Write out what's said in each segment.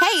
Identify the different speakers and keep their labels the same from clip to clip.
Speaker 1: Hey,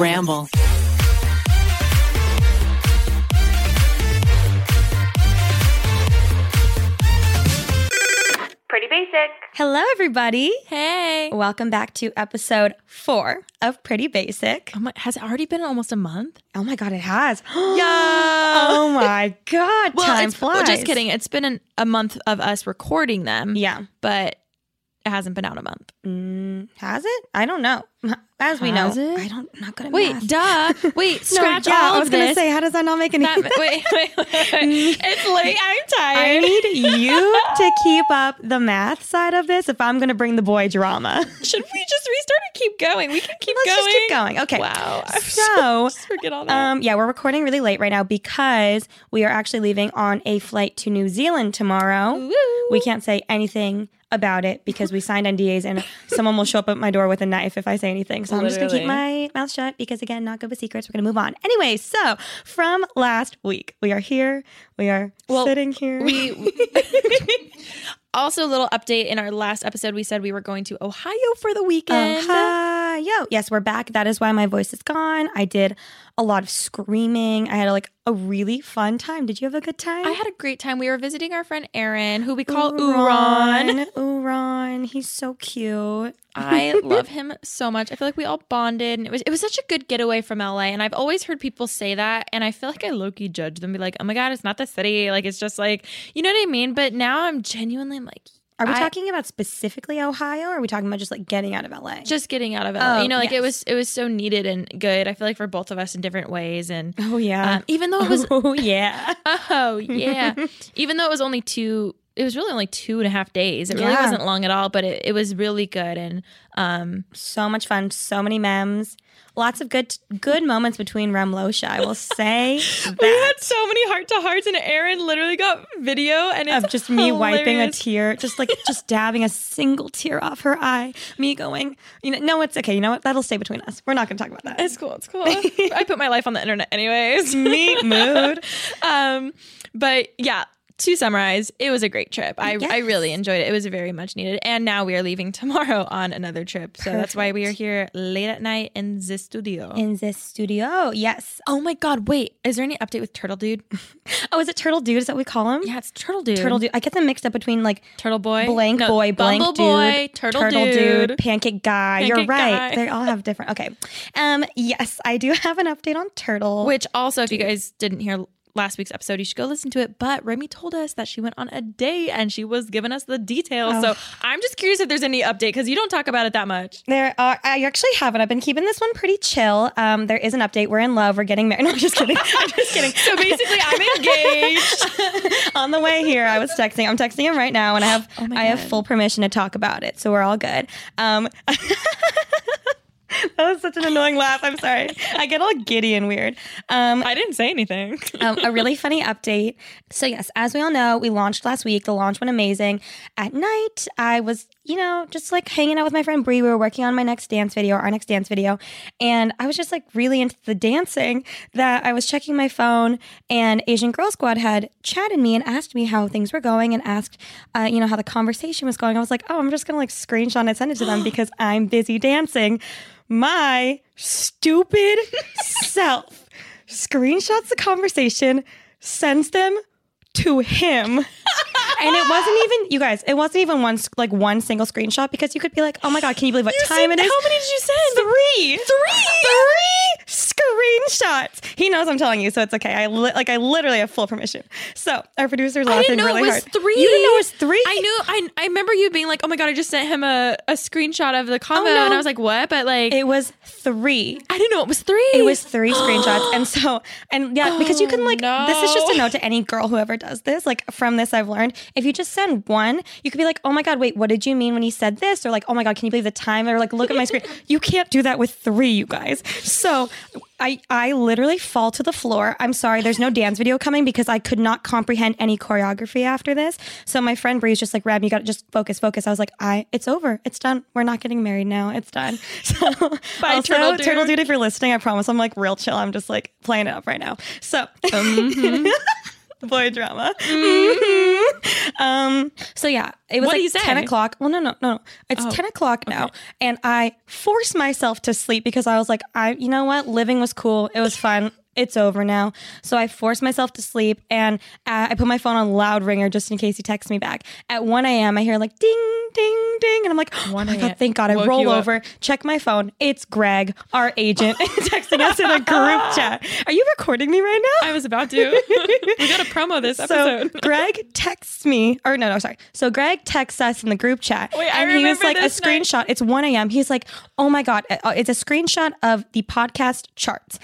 Speaker 2: Ramble.
Speaker 3: Pretty basic.
Speaker 4: Hello, everybody.
Speaker 5: Hey.
Speaker 4: Welcome back to episode four of Pretty Basic.
Speaker 5: Oh my, has it already been almost a month?
Speaker 4: Oh my God, it has. Yo. oh my God.
Speaker 5: Well,
Speaker 4: Time
Speaker 5: it's,
Speaker 4: flies.
Speaker 5: well, just kidding. It's been an, a month of us recording them.
Speaker 4: Yeah.
Speaker 5: But it hasn't been out a month.
Speaker 4: Mm, has it? I don't know. As we
Speaker 5: Has
Speaker 4: know,
Speaker 5: it?
Speaker 4: I don't not good at
Speaker 5: Wait,
Speaker 4: math.
Speaker 5: duh. Wait,
Speaker 4: No,
Speaker 5: scratch
Speaker 4: yeah,
Speaker 5: all
Speaker 4: I was
Speaker 5: of
Speaker 4: gonna
Speaker 5: this.
Speaker 4: say, how does that not make any
Speaker 5: That- wait, wait, wait, wait. It's late. I'm
Speaker 4: I
Speaker 5: tired.
Speaker 4: need you to keep up the math side of this if I'm going to bring the boy drama.
Speaker 5: Should we just restart or keep going? We can keep
Speaker 4: Let's
Speaker 5: going.
Speaker 4: just keep going. Okay.
Speaker 5: Wow. I'm
Speaker 4: So,
Speaker 5: just forget all that.
Speaker 4: Um, yeah, we're recording really late right now because we are actually leaving on a flight to New Zealand tomorrow.
Speaker 5: Woo.
Speaker 4: We can't say anything about it because we signed NDAs and someone will show up at my door with a knife if I say anything. So I'm just gonna keep my mouth shut because again, not good with secrets. We're gonna move on. Anyway, so from last week, we are here. We are
Speaker 5: Well,
Speaker 4: sitting here.
Speaker 5: we also a little update in our last episode we said we were going to ohio for the weekend
Speaker 4: Ohio. Uh-huh. Yes, we're back. That is why my voice is gone. I did a lot of screaming. I had like a really fun time. Did you have a good time?
Speaker 5: i had a great time we were visiting our friend aaron who we call uran
Speaker 4: Uran. Uran. He's so cute.
Speaker 5: i love him so much i feel like we all bonded and it was it was such a good getaway from la and i've always heard people say that and i feel like i low-key judge them be like oh my god it's not the city like it's just like you know what i mean but now i'm genuinely I'm like
Speaker 4: Are we
Speaker 5: I-
Speaker 4: talking about specifically Ohio or are we talking about just like getting out of LA?
Speaker 5: just getting out of LA.
Speaker 4: Oh,
Speaker 5: you know, like it
Speaker 4: yes.
Speaker 5: was it was so needed and good. I feel like for both of us in different ways and
Speaker 4: Oh yeah.
Speaker 5: um, even though it was
Speaker 4: oh yeah.
Speaker 5: Oh yeah. Even though it was only two, it was really only two and a half days. It really
Speaker 4: Yeah.
Speaker 5: wasn't long at all, but it, it was really good. And um,
Speaker 4: so much fun. So many memes. Lots of good good moments between Remlosha. I will say that.
Speaker 5: so many heart to hearts, and Aaron literally got video and
Speaker 4: Of just me wiping a tear, just like just dabbing a single tear off her eye. Me going, you know, no, it's okay. You know what? That'll stay between us. We're not going to talk about that.
Speaker 5: It's cool. It's cool. I put my life on the internet, anyways.
Speaker 4: me mood.
Speaker 5: um, but yeah. To summarize, it was a great trip. I, I
Speaker 4: Yes.
Speaker 5: really enjoyed it. It was very much needed. And now we are leaving tomorrow on another trip. So that's why we are here late at night in the studio.
Speaker 4: In this studio, yes.
Speaker 5: oh my God, wait. Is there any update with Turtle Dude?
Speaker 4: Oh, is it Turtle Dude? Is that what we call him?
Speaker 5: Yeah, it's Turtle Dude.
Speaker 4: Turtle Dude. I get them mixed up between like
Speaker 5: Turtle Boy.
Speaker 4: blank
Speaker 5: No,
Speaker 4: boy, blank
Speaker 5: Bumble
Speaker 4: dude,
Speaker 5: Boy, Turtle, Dude.
Speaker 4: pancake guy. You're
Speaker 5: Pancake
Speaker 4: right.
Speaker 5: guy.
Speaker 4: They all have different. Okay. Um. Yes, I do have an update on turtle.
Speaker 5: Which also, if you guys didn't hear last week's episode, you should go listen to it. But Remy told us that she went on a date and she was giving us the details. So I'm just curious if there's any update because you don't talk about it that much.
Speaker 4: there are. I actually haven't. I've been keeping this one pretty chill. Um. There is an update. We're in love. We're getting married. No, I'm just kidding. I'm just kidding.
Speaker 5: So basically, I'm engaged.
Speaker 4: on the way here, I was texting. I'm texting him right now, and I have
Speaker 5: Oh my
Speaker 4: I have
Speaker 5: God.
Speaker 4: full permission to talk about it, so we're all good. Um, that was such an annoying laugh. I'm sorry. I get all giddy and weird. Um,
Speaker 5: I didn't say anything.
Speaker 4: um, a really funny update. So yes, as we all know, we launched last week. The launch went amazing. At night, I was, you know, just like hanging out with my friend Bree. We were working on my next dance video, our next dance video, and I was just like really into the dancing that I was checking my phone. And Asian Girl Squad had chatted me and asked me how things were going and asked, uh, you know, how the conversation was going. I was like, oh, I'm just gonna like screenshot and send it to them because I'm busy dancing. My stupid self screenshots the conversation, sends them to him. And it wasn't even you guys. It wasn't even one s- like one single screenshot because you could be like, "Oh my god, can you believe what time it is?"
Speaker 5: How many did you send?
Speaker 4: Three, three, three shots. He knows I'm telling you, so it's okay. I li- like I literally have full permission. So our producer's
Speaker 5: I
Speaker 4: laughing
Speaker 5: didn't know
Speaker 4: really
Speaker 5: it was
Speaker 4: hard.
Speaker 5: three.
Speaker 4: You didn't know it was three.
Speaker 5: I knew. I I remember you being like, "Oh my god!" I just sent him a, a screenshot of the combo,
Speaker 4: Oh, no.
Speaker 5: and I was like, "What?" But like,
Speaker 4: it was three.
Speaker 5: I didn't know it was three.
Speaker 4: It was three screenshots. And so, and yeah, because you can like, this is just a
Speaker 5: no.
Speaker 4: note to any girl whoever does this. Like, from this, I've learned if you just send one, you could be like, oh my God, wait, what did you mean when he said this? Or like, oh my God, can you believe the time? Or like, look at my screen. you can't do that with three, you guys. So, I, I literally fall to the floor. I'm sorry, there's no dance video coming because I could not comprehend any choreography after this. So my friend Bree's just like, Rab, you got to just focus, focus. I was like, I, it's over, it's done. We're not getting married now. It's done. So
Speaker 5: Bye,
Speaker 4: also,
Speaker 5: Turtle Dude.
Speaker 4: Turtle Dude, if you're listening, I promise I'm like real chill. I'm just like playing it up right now. So,
Speaker 5: Oh,
Speaker 4: boy drama. Mhm. Um. So yeah, it was
Speaker 5: What'd he
Speaker 4: like
Speaker 5: say? Oh,
Speaker 4: ten o'clock. Well, no, no, no, no. It's ten o'clock now, and I forced myself to sleep because I was like, I, you know what, living was cool. It was fun. It's over now. So I forced myself to sleep and uh, I put my phone on loud ringer just in case he texts me back. At 1 a.m., I hear like ding, ding, ding. And I'm like, oh
Speaker 5: 1
Speaker 4: my
Speaker 5: a.m.
Speaker 4: God, thank God. I
Speaker 5: Woke
Speaker 4: roll
Speaker 5: you up.
Speaker 4: over, check my phone. It's Greg, our agent, texting us in a group chat. Are you recording me right now?
Speaker 5: I was about to. we got to promo this episode.
Speaker 4: So Greg texts me, or no, no, sorry. So Greg texts us in the group chat,
Speaker 5: Wait, I
Speaker 4: and he was
Speaker 5: remember
Speaker 4: like a
Speaker 5: this night.
Speaker 4: screenshot. It's one a.m. He's like, "Oh my god, uh, it's a screenshot of the podcast charts."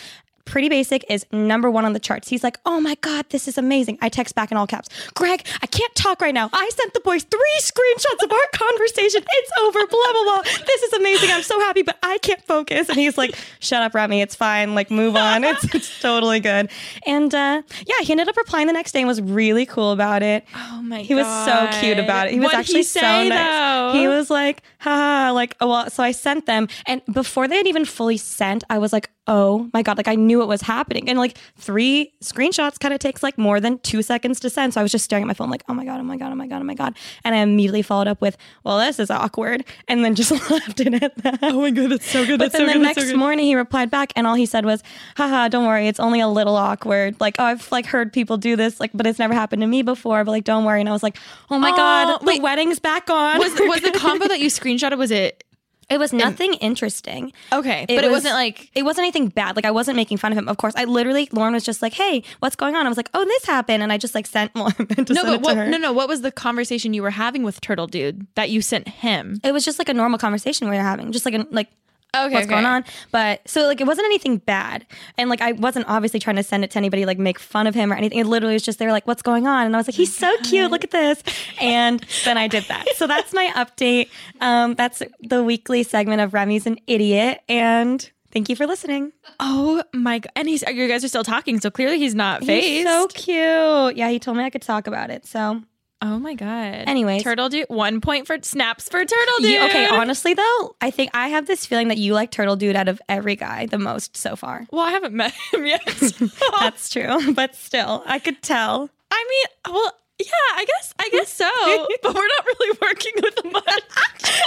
Speaker 4: Pretty Basic is number one on the charts. He's like, oh my God, this is amazing. I text back in all caps, Greg, I can't talk right now. I sent the boys three screenshots of our conversation. It's over, blah, blah, blah. This is amazing. I'm so happy, but I can't focus. And he's like, shut up, Remy. It's fine. Like, move on. It's, it's totally good. And uh, yeah, he ended up replying the next day and was really cool about it.
Speaker 5: oh my
Speaker 4: He was so cute about it. He was
Speaker 5: What'd
Speaker 4: actually so
Speaker 5: say,
Speaker 4: nice.
Speaker 5: though?
Speaker 4: He was like, ha, like, oh, well, so I sent them. And before they had even fully sent, I was like, oh my God, like I knew it was happening. And like three screenshots kind of takes like more than two seconds to send. So I was just staring at my phone, like, oh my God, oh my God, oh my God, oh my God. And I immediately followed up with, well, this is awkward. And then just left it at that. Oh my God, that's so good. But
Speaker 5: that's
Speaker 4: then
Speaker 5: so
Speaker 4: the
Speaker 5: good, that's
Speaker 4: next
Speaker 5: so good.
Speaker 4: morning he replied back and all he said was, haha, don't worry, it's only a little awkward. Like, oh, I've like heard people do this, like, but it's never happened to me before. But like, don't worry. And I was like, oh my
Speaker 5: Oh,
Speaker 4: God, the
Speaker 5: wait.
Speaker 4: wedding's back on.
Speaker 5: was was the combo that you screenshotted? Was it
Speaker 4: It was nothing interesting.
Speaker 5: okay? Oh, but it
Speaker 4: was-
Speaker 5: wasn't like
Speaker 4: it wasn't anything bad. Like I wasn't making fun of him. Of course, I literally Lauren was just like, "Hey, what's going on?" I was like, "Oh, this happened," and I just like sent. Well, I meant to
Speaker 5: no,
Speaker 4: send
Speaker 5: but
Speaker 4: it
Speaker 5: what,
Speaker 4: to her.
Speaker 5: no, no. What was the conversation you were having with Turtle Dude that you sent him?
Speaker 4: It was just like a normal conversation we were having, just like a, like
Speaker 5: Okay,
Speaker 4: what's going on. But so like it wasn't anything bad, and like I wasn't obviously trying to send it to anybody like make fun of him or anything. It literally was just they were like, "What's going on?" And I was like, "He's so cute. Look at this." And then I did that. So that's my update. Um, that's the weekly segment of Remy's an idiot, and thank you for listening.
Speaker 5: Oh my god! And he's you guys are still talking, so clearly he's not
Speaker 4: He's
Speaker 5: phased.
Speaker 4: so cute. Yeah, he told me I could talk about it. So
Speaker 5: oh my god!
Speaker 4: Anyways.
Speaker 5: Turtle Dude, one point for snaps for Turtle Oh, Dude.
Speaker 4: You- okay, honestly though, I think I have this feeling that you like Turtle Dude out of every guy the most so far.
Speaker 5: well, I haven't met him yet. Oh.
Speaker 4: That's true, but still, I could tell.
Speaker 5: I mean, well, yeah, I guess, I guess so. but we're not really working with him much.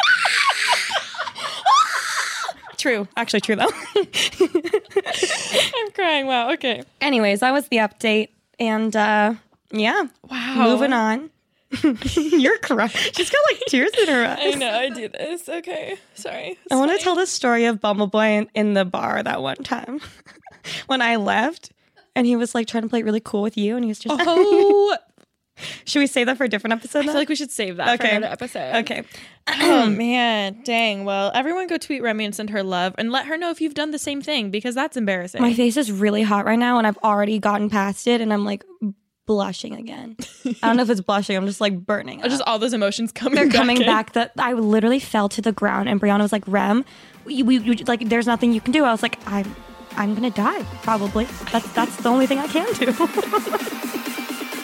Speaker 4: True, actually, true though.
Speaker 5: I'm crying. Wow. Okay.
Speaker 4: Anyways, that was the update, and uh yeah,
Speaker 5: Wow.
Speaker 4: moving on. You're crying. She's got like tears in her eyes.
Speaker 5: I know. I do this. Okay. Sorry.
Speaker 4: I want to tell the story of Bumbleboy in, in the bar that one time when I left, and he was like trying to play it really cool with you, and he was just.
Speaker 5: Oh,
Speaker 4: Should we save that for a different episode?
Speaker 5: I
Speaker 4: though?
Speaker 5: feel like we should save that
Speaker 4: Okay.
Speaker 5: for another episode.
Speaker 4: Okay.
Speaker 5: Oh man, dang. Well, everyone go tweet Remy and send her love and let her know if you've done the same thing because that's embarrassing.
Speaker 4: My face is really hot right now, and I've already gotten past it, and I'm like blushing again. I don't know if it's blushing. I'm just like burning.
Speaker 5: just
Speaker 4: up.
Speaker 5: all those emotions coming
Speaker 4: They're
Speaker 5: back
Speaker 4: coming
Speaker 5: in.
Speaker 4: back. That I literally fell to the ground, and Brianna was like, "Rem, we, we, we- like, there's nothing you can do." I was like, "I'm, I'm gonna die probably. That's that's the only thing I can do."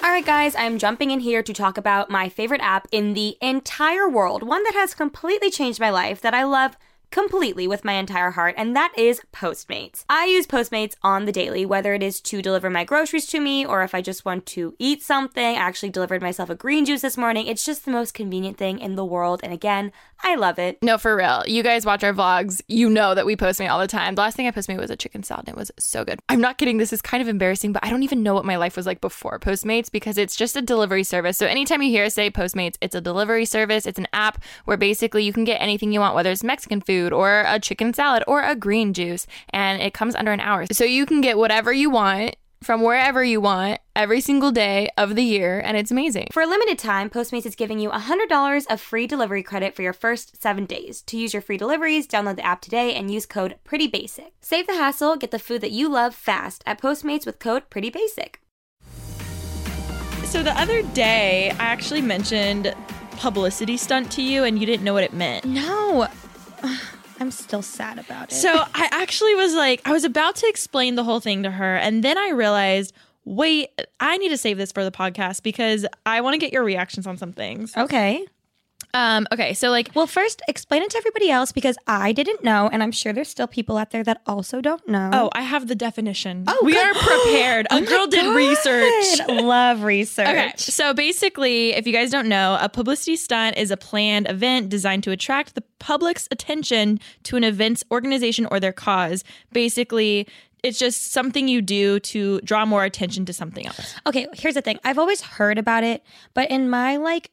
Speaker 6: All right, guys, I'm jumping in here to talk about my favorite app in the entire world, one that has completely changed my life that I love completely with my entire heart, and that is Postmates. I use Postmates on the daily, whether it is to deliver my groceries to me or if I just want to eat something. I actually delivered myself a green juice this morning. It's just the most convenient thing in the world, and again, I love it.
Speaker 7: No, for real. You guys watch our vlogs. You know that we post me all the time. The last thing I post me was a chicken salad and it was so good. I'm not kidding. This is kind of embarrassing, but I don't even know what my life was like before Postmates because it's just a delivery service. So anytime you hear us say Postmates, it's a delivery service. It's an app where basically you can get anything you want, whether it's Mexican food or a chicken salad or a green juice. and it comes under an hour. So you can get whatever you want from wherever you want every single day of the year, and it's amazing.
Speaker 4: For a limited time, Postmates is giving you $100 of free delivery credit for your first seven days. To use your free deliveries, download the app today and use code PRETTYBASIC. Save the hassle, get the food that you love fast at Postmates with code PRETTYBASIC.
Speaker 5: So the other day, I actually mentioned publicity stunt to you, and you didn't know what it meant.
Speaker 8: No. Ugh, Oh, I'm still sad about it.
Speaker 5: So I actually was like, I was about to explain the whole thing to her, and then I realized, wait, I need to save this for the podcast because I want to get your reactions on some things.
Speaker 8: okay.
Speaker 5: Um, okay, so like,
Speaker 8: Well, first explain it to everybody else because I didn't know, and I'm sure there's still people out there that also don't know.
Speaker 5: oh, I have the definition. Oh, we are prepared.
Speaker 8: Oh
Speaker 5: A girl did research.
Speaker 8: Good. Love research.
Speaker 5: Okay. So basically, if you guys don't know, a publicity stunt is a planned event designed to attract the public's attention to an event's organization or their cause. Basically, it's just something you do to draw more attention to something else.
Speaker 8: Okay, here's the thing. I've always heard about it, but in my like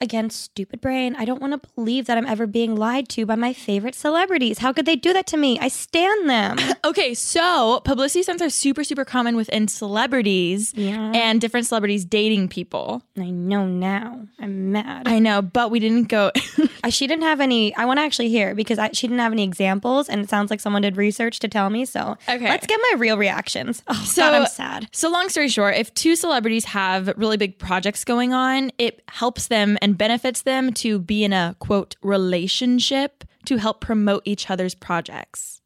Speaker 8: again stupid brain, I don't want to believe that I'm ever being lied to by my favorite celebrities. How could they do that to me? I stand them.
Speaker 5: Okay, so publicity stunts are super, super common within celebrities and different celebrities dating people.
Speaker 8: I know now. I'm mad.
Speaker 5: I know, but we didn't go.
Speaker 8: I, she didn't have any. I want to actually hear because I, she didn't have any examples, and it sounds like someone did research to tell me. So
Speaker 5: Okay.
Speaker 8: let's get my real reactions. Oh,
Speaker 5: So-
Speaker 8: God, I'm sad.
Speaker 5: So, long story short, if two celebrities have really big projects going on, it helps them and benefits them to be in a quote relationship to help promote each other's projects.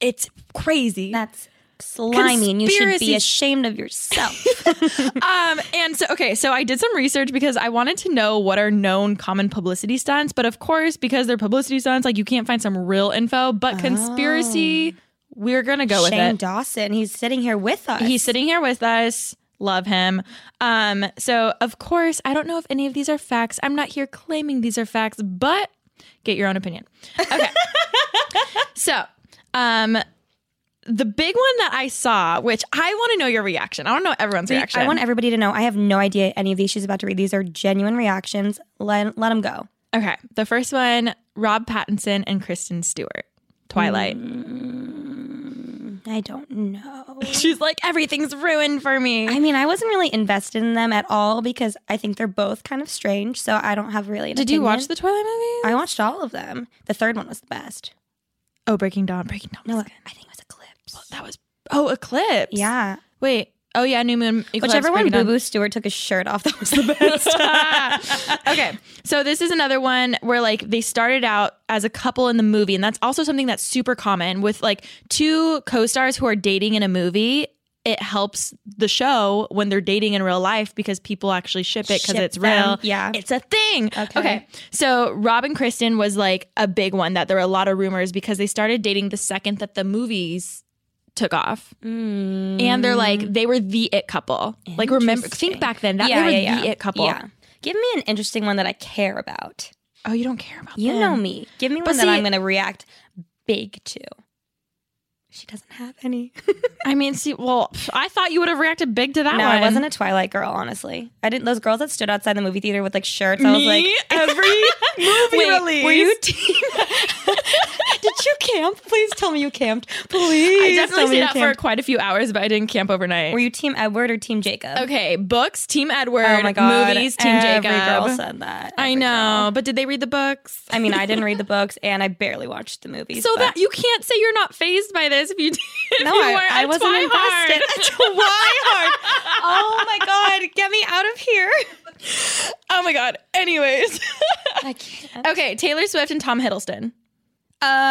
Speaker 5: It's crazy.
Speaker 8: That's slimy, and you should
Speaker 5: Conspiracy
Speaker 8: be ashamed of yourself.
Speaker 5: Um, and so, okay, so I did some research because I wanted to know what are known common publicity stunts. But of course, because they're publicity stunts, like you can't find some real info. But conspiracy, we're going to go with it.
Speaker 8: Shane Dawson, he's sitting here with us.
Speaker 5: He's sitting here with us. Love him. Um, so of course, I don't know if any of these are facts. I'm not here claiming these are facts, but get your own opinion. Okay. so, um, the big one that I saw, which I want to know your reaction. I want to know everyone's reaction.
Speaker 8: I want everybody to know I have no idea any of these she's about to read. These are genuine reactions. Let, let them go.
Speaker 5: Okay. The first one, Rob Pattinson and Kristen Stewart. Twilight.
Speaker 8: Mm. I don't know.
Speaker 5: She's like, everything's ruined for me.
Speaker 8: I mean, I wasn't really invested in them at all because I think they're both kind of strange. So I don't have really. An
Speaker 5: Did you watch
Speaker 8: opinion.
Speaker 5: the Twilight movie?
Speaker 8: I watched all of them. The third one was the best.
Speaker 5: oh, Breaking Dawn. Breaking Dawn.
Speaker 8: No,
Speaker 5: was
Speaker 8: look,
Speaker 5: good.
Speaker 8: I think it was Eclipse.
Speaker 5: That was oh Eclipse.
Speaker 8: yeah.
Speaker 5: Wait. Oh yeah, New Moon. Eclipse,
Speaker 8: Whichever one
Speaker 5: Breaking
Speaker 8: Boo
Speaker 5: Dawn.
Speaker 8: Boo Stewart took his shirt off, that was the best.
Speaker 5: Ah. okay. So this is another one where like they started out as a couple in the movie, and that's also something that's super common with like two co-stars who are dating in a movie. It helps the show when they're dating in real life because people actually ship it because
Speaker 8: Ship
Speaker 5: it's
Speaker 8: them,
Speaker 5: real.
Speaker 8: yeah.
Speaker 5: It's a thing. Okay. So Rob and Kristen was like a big one that there were a lot of rumors because they started dating the second that the movies took off. And they're
Speaker 8: Mm.
Speaker 5: like, they were the it couple. Like remember Hmm, think back then that they were the it couple.
Speaker 8: Yeah. Give me an interesting one that I care about.
Speaker 5: Oh, you don't care about
Speaker 8: You
Speaker 5: them.
Speaker 8: know me. Give me
Speaker 5: But
Speaker 8: one that I'm
Speaker 5: see-
Speaker 8: going to react big to. She doesn't have any.
Speaker 5: I mean, see, well, pff, I thought you would have reacted big to that
Speaker 8: no,
Speaker 5: one.
Speaker 8: I wasn't a Twilight girl, honestly. I didn't. Those girls that stood outside the movie theater with like shirts, I was like,
Speaker 5: Me? every movie
Speaker 8: Wait,
Speaker 5: release.
Speaker 8: were you team? Did you camp? Please tell me you camped. Please.
Speaker 5: I
Speaker 8: tell
Speaker 5: definitely
Speaker 8: me
Speaker 5: stayed
Speaker 8: you
Speaker 5: out for
Speaker 8: camped.
Speaker 5: quite a few hours, but I didn't camp overnight.
Speaker 8: Were you team Edward or team Jacob?
Speaker 5: okay, books, Team Edward.
Speaker 8: Oh my god.
Speaker 5: Movies, Team
Speaker 8: Every
Speaker 5: Jacob.
Speaker 8: girl said that.
Speaker 5: I
Speaker 8: Every
Speaker 5: know,
Speaker 8: girl.
Speaker 5: but did they read the books?
Speaker 8: I mean, I didn't read the books, and I barely watched the movies.
Speaker 5: so
Speaker 8: but-
Speaker 5: that you can't say you're not phased by this if you did. if
Speaker 8: No,
Speaker 5: you
Speaker 8: I,
Speaker 5: weren't
Speaker 8: I
Speaker 5: a
Speaker 8: wasn't
Speaker 5: Twihard.
Speaker 8: invested. Twihard. Oh my god, get me out of here.
Speaker 5: oh my god. Anyways,
Speaker 8: I can't.
Speaker 5: okay, Taylor Swift and Tom Hiddleston.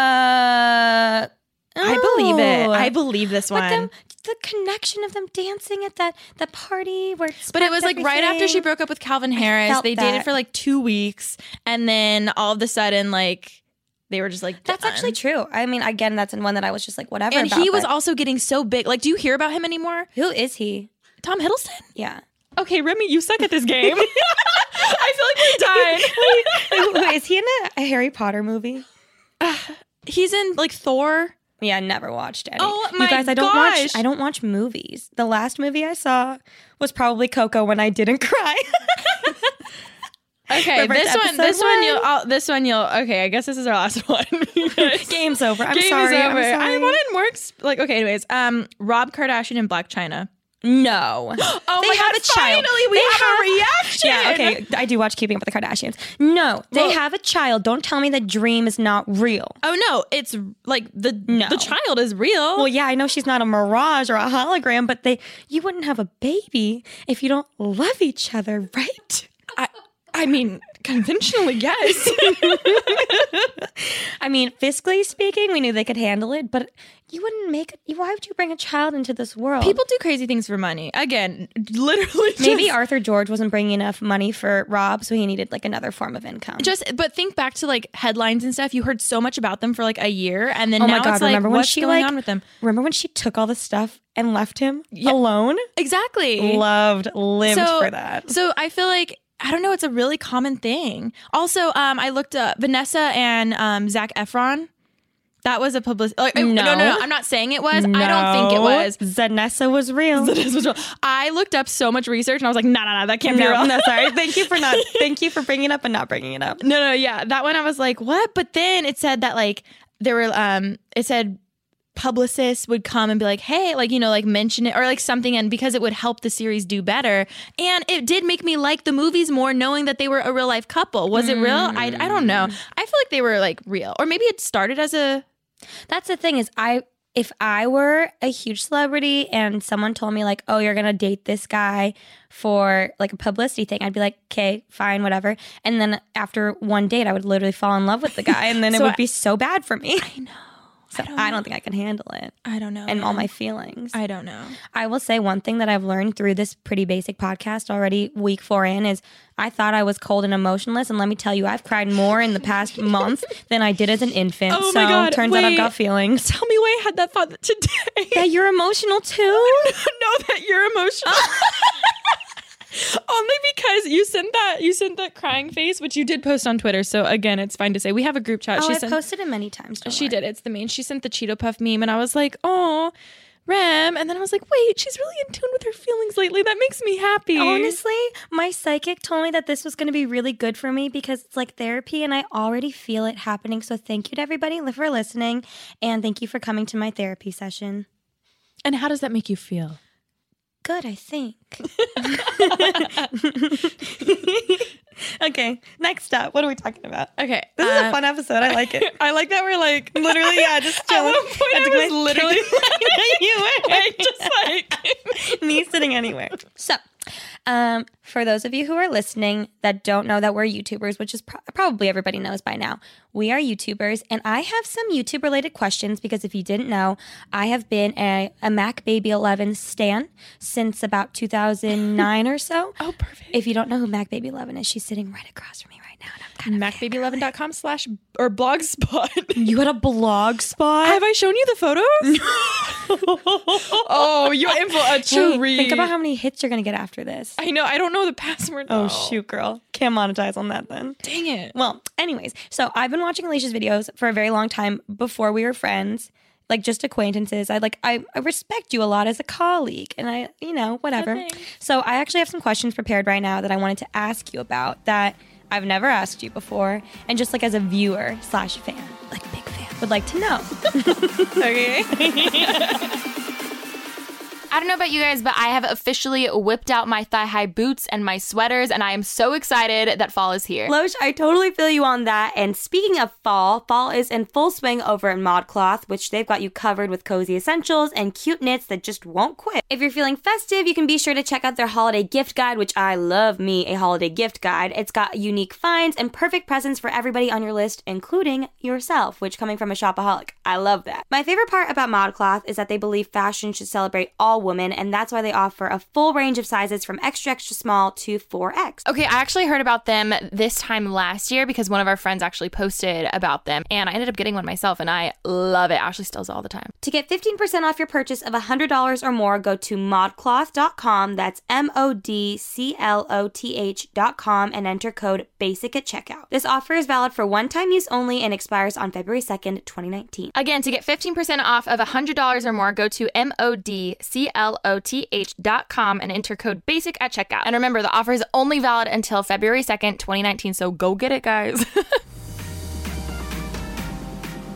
Speaker 8: Uh,
Speaker 5: I believe it.
Speaker 8: oh.
Speaker 5: I believe this one.
Speaker 8: but them, the connection of them dancing at that that party where.
Speaker 5: But it was like right after she
Speaker 8: everything-
Speaker 5: broke up with Calvin Harris.
Speaker 8: felt
Speaker 5: They dated
Speaker 8: that.
Speaker 5: for like two weeks, and then all of a sudden, like they were just like
Speaker 8: That's
Speaker 5: done.
Speaker 8: actually true. I mean, again, that's in one that I was just like, whatever.
Speaker 5: And
Speaker 8: about,
Speaker 5: he was
Speaker 8: but
Speaker 5: also getting so big. Like, do you hear about him anymore?
Speaker 8: Who is he?
Speaker 5: Tom Hiddleston.
Speaker 8: Yeah.
Speaker 5: Okay, Remy, you suck at this game. I feel like we're done.
Speaker 8: Who- is he in a, a Harry Potter movie?
Speaker 5: He's in like Thor.
Speaker 8: Yeah, I never watched any.
Speaker 5: Oh my
Speaker 8: you guys, I don't
Speaker 5: gosh.
Speaker 8: watch. I don't watch movies. The last movie I saw was probably Coco when I didn't cry.
Speaker 5: Okay,
Speaker 8: Reverse
Speaker 5: this one,
Speaker 8: episode
Speaker 5: this one,
Speaker 8: one.
Speaker 5: you'll, I'll, this one, you'll. Okay, I guess this is our last one. Game
Speaker 8: Game's over. I'm sorry.
Speaker 5: is
Speaker 8: I'm
Speaker 5: over. I
Speaker 8: sorry.
Speaker 5: wanted more. Ex- like, okay, anyways. Um, Rob Kardashian and Black China.
Speaker 8: No.
Speaker 5: Oh
Speaker 8: they
Speaker 5: my
Speaker 8: have
Speaker 5: God,
Speaker 8: a child.
Speaker 5: finally we
Speaker 8: They
Speaker 5: have a reaction.
Speaker 8: Yeah, okay. I do watch Keeping Up with the Kardashians. No, they
Speaker 5: Well-
Speaker 8: have a child. Don't tell me the dream is not real.
Speaker 5: Oh no, it's like the
Speaker 8: No.
Speaker 5: the child is real.
Speaker 8: Well, yeah, I know she's not a mirage or a hologram, but they you wouldn't have a baby if you don't love each other, right?
Speaker 5: I, I mean, conventionally, yes.
Speaker 8: I mean, fiscally speaking, we knew they could handle it, but you wouldn't make it. Why would you bring a child into this world?
Speaker 5: People do crazy things for money. Again, literally. Just,
Speaker 8: Maybe Arthur George wasn't bringing enough money for Rob, so he needed like another form of income.
Speaker 5: just but think back to like headlines and stuff. You heard so much about them for like a year, and then
Speaker 8: oh
Speaker 5: now
Speaker 8: my god!
Speaker 5: it's like,
Speaker 8: remember when
Speaker 5: what's
Speaker 8: she
Speaker 5: going
Speaker 8: like
Speaker 5: on with them?
Speaker 8: Remember when she took all the stuff and left him alone?
Speaker 5: Exactly.
Speaker 8: Loved, lived
Speaker 5: so,
Speaker 8: for that.
Speaker 5: So I feel like I don't know. It's a really common thing. Also, um, I looked up Vanessa and um, Zach Efron. That was a public. Like, no. no, no, no. I'm not saying it was. I don't think it was.
Speaker 8: Vanessa was real.
Speaker 5: This was real. I looked up so much research, and I was like, no, no, no, that can't be
Speaker 8: no,
Speaker 5: real.
Speaker 8: no, sorry. Thank you for not. Thank you for bringing it up and not bringing it up.
Speaker 5: No, no, yeah. That one I was like, what? But then it said that like there were um it said publicists would come and be like, hey, like, you know, like mention it or like something and because it would help the series do better. And it did make me like the movies more knowing that they were a real life couple. Was it real? I I don't know. I feel like they were like real. Or maybe it started as a
Speaker 8: That's the thing is I if I were a huge celebrity and someone told me like, "Oh, you're going to date this guy for like a publicity thing." I'd be like, "Okay, fine, whatever." And then after one date, I would literally fall in love with the guy and then it
Speaker 5: So
Speaker 8: would
Speaker 5: I-
Speaker 8: be so bad for me. I know. So I
Speaker 5: don't
Speaker 8: don't, think I can handle it
Speaker 5: I don't know.
Speaker 8: and all my
Speaker 5: man.
Speaker 8: feelings.
Speaker 5: I don't know.
Speaker 8: I will say one thing that I've learned through this pretty basic podcast already week four in is I thought I was cold and emotionless, and let me tell you, I've cried more in the past month than I did as an infant.
Speaker 5: Oh
Speaker 8: so
Speaker 5: my God,
Speaker 8: turns out
Speaker 5: wait.
Speaker 8: I've got feelings.
Speaker 5: Tell me why I had that thought today.
Speaker 8: That you're emotional too.
Speaker 5: know that you're emotional. Only because you sent that you sent that crying face, which you did post on Twitter. So again, it's fine to say we have a group chat.
Speaker 8: Oh,
Speaker 5: she
Speaker 8: I
Speaker 5: sent
Speaker 8: posted it many times. don't
Speaker 5: she
Speaker 8: worry.
Speaker 5: did. It's the main. She sent the Cheeto Puff meme, and I was like, oh, Rem. And then I was like, wait, she's really in tune with her feelings lately. That makes me happy.
Speaker 8: Honestly, my psychic told me that this was going to be really good for me because it's like therapy and I already feel it happening. So, thank you to everybody for listening and thank you for coming to my therapy session.
Speaker 5: And how does that make you feel?
Speaker 8: Good, I think. okay, next up, what are we talking about?
Speaker 5: Okay,
Speaker 8: This is
Speaker 5: uh,
Speaker 8: a fun episode. I like it.
Speaker 5: I like that we're like
Speaker 8: literally, yeah, just
Speaker 5: At one
Speaker 8: chilling.
Speaker 5: point,
Speaker 8: Had
Speaker 5: I
Speaker 8: to go
Speaker 5: was
Speaker 8: and
Speaker 5: literally
Speaker 8: kick
Speaker 5: like,
Speaker 8: you
Speaker 5: just like
Speaker 8: me sitting anywhere. So, um, for those of you who are listening that don't know that we're YouTubers, which is pro- probably everybody knows by now, we are YouTubers, and I have some YouTube related questions because if you didn't know, I have been a, a Mac Baby 11 stan since about 2009 or so.
Speaker 5: Oh, perfect.
Speaker 8: If you don't know who Mac Baby 11 is, she's sitting right across from me right now, and I'm kind of
Speaker 5: MacBaby11.com slash or blogspot.
Speaker 8: You had a blog spot.
Speaker 5: Have I shown you the photos? oh, you're in for a
Speaker 8: Hey,
Speaker 5: treat.
Speaker 8: think about how many hits you're gonna get after this.
Speaker 5: I know. I don't know the password.
Speaker 8: Oh
Speaker 5: though.
Speaker 8: shoot, girl. Can't monetize on that then.
Speaker 5: Dang it.
Speaker 8: Well, anyways, so I've been watching Alicia's videos for a very long time before we were friends, like just acquaintances. I like I, I respect you a lot as a colleague and I, you know, whatever. so I actually have some questions prepared right now that I wanted to ask you about that I've never asked you before and just like as a viewer slash fan, like big fan, would like to know.
Speaker 5: Okay.
Speaker 7: I don't know about you guys, but I have officially whipped out my thigh high boots and my sweaters, and I am so excited that fall is here.
Speaker 4: Loesch, I totally feel you on that. And speaking of fall, fall is in full swing over at ModCloth, which they've got you covered with cozy essentials and cute knits that just won't quit. If you're feeling festive, you can be sure to check out their holiday gift guide, which I love me a holiday gift guide. It's got unique finds and perfect presents for everybody on your list, including yourself, which coming from a shopaholic, I love that. My favorite part about ModCloth is that they believe fashion should celebrate all women, and that's why they offer a full range of sizes from extra extra small to 4X.
Speaker 7: Okay, I actually heard about them this time last year because one of our friends actually posted about them, and I ended up getting one myself, and I love it. Ashley steals it all the time.
Speaker 4: To get 15% off your purchase of $100 or more, go to modcloth.com. That's M O D C L O T H.com and enter code BASIC at checkout. This offer is valid for one time use only and expires on February 2nd, 2019.
Speaker 7: Again, to get 15% off of $100 or more, go to modcloth.com B-L-O-T-H dot com and enter code BASIC at checkout. And remember, the offer is only valid until February 2nd, 2019, so go get it, guys.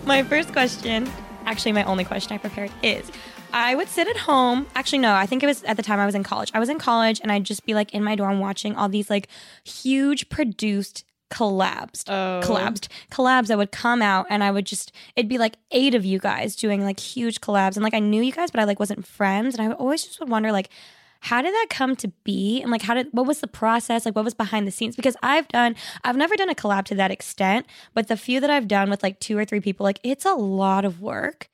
Speaker 8: My first question, actually, my only question I prepared is I would sit at home. Actually, no, I think it was at the time I was in college. I was in college and I'd just be like in my dorm watching all these like huge produced collabs, collabs, collabs that would come out and I would just, it'd be like eight of you guys doing like huge collabs. And like I knew you guys, but I like wasn't friends. And I would always just would wonder like, how did that come to be and like how did what was the process like what was behind the scenes because i've done i've never done a collab to that extent but the few that i've done with like two or three people like it's a lot of work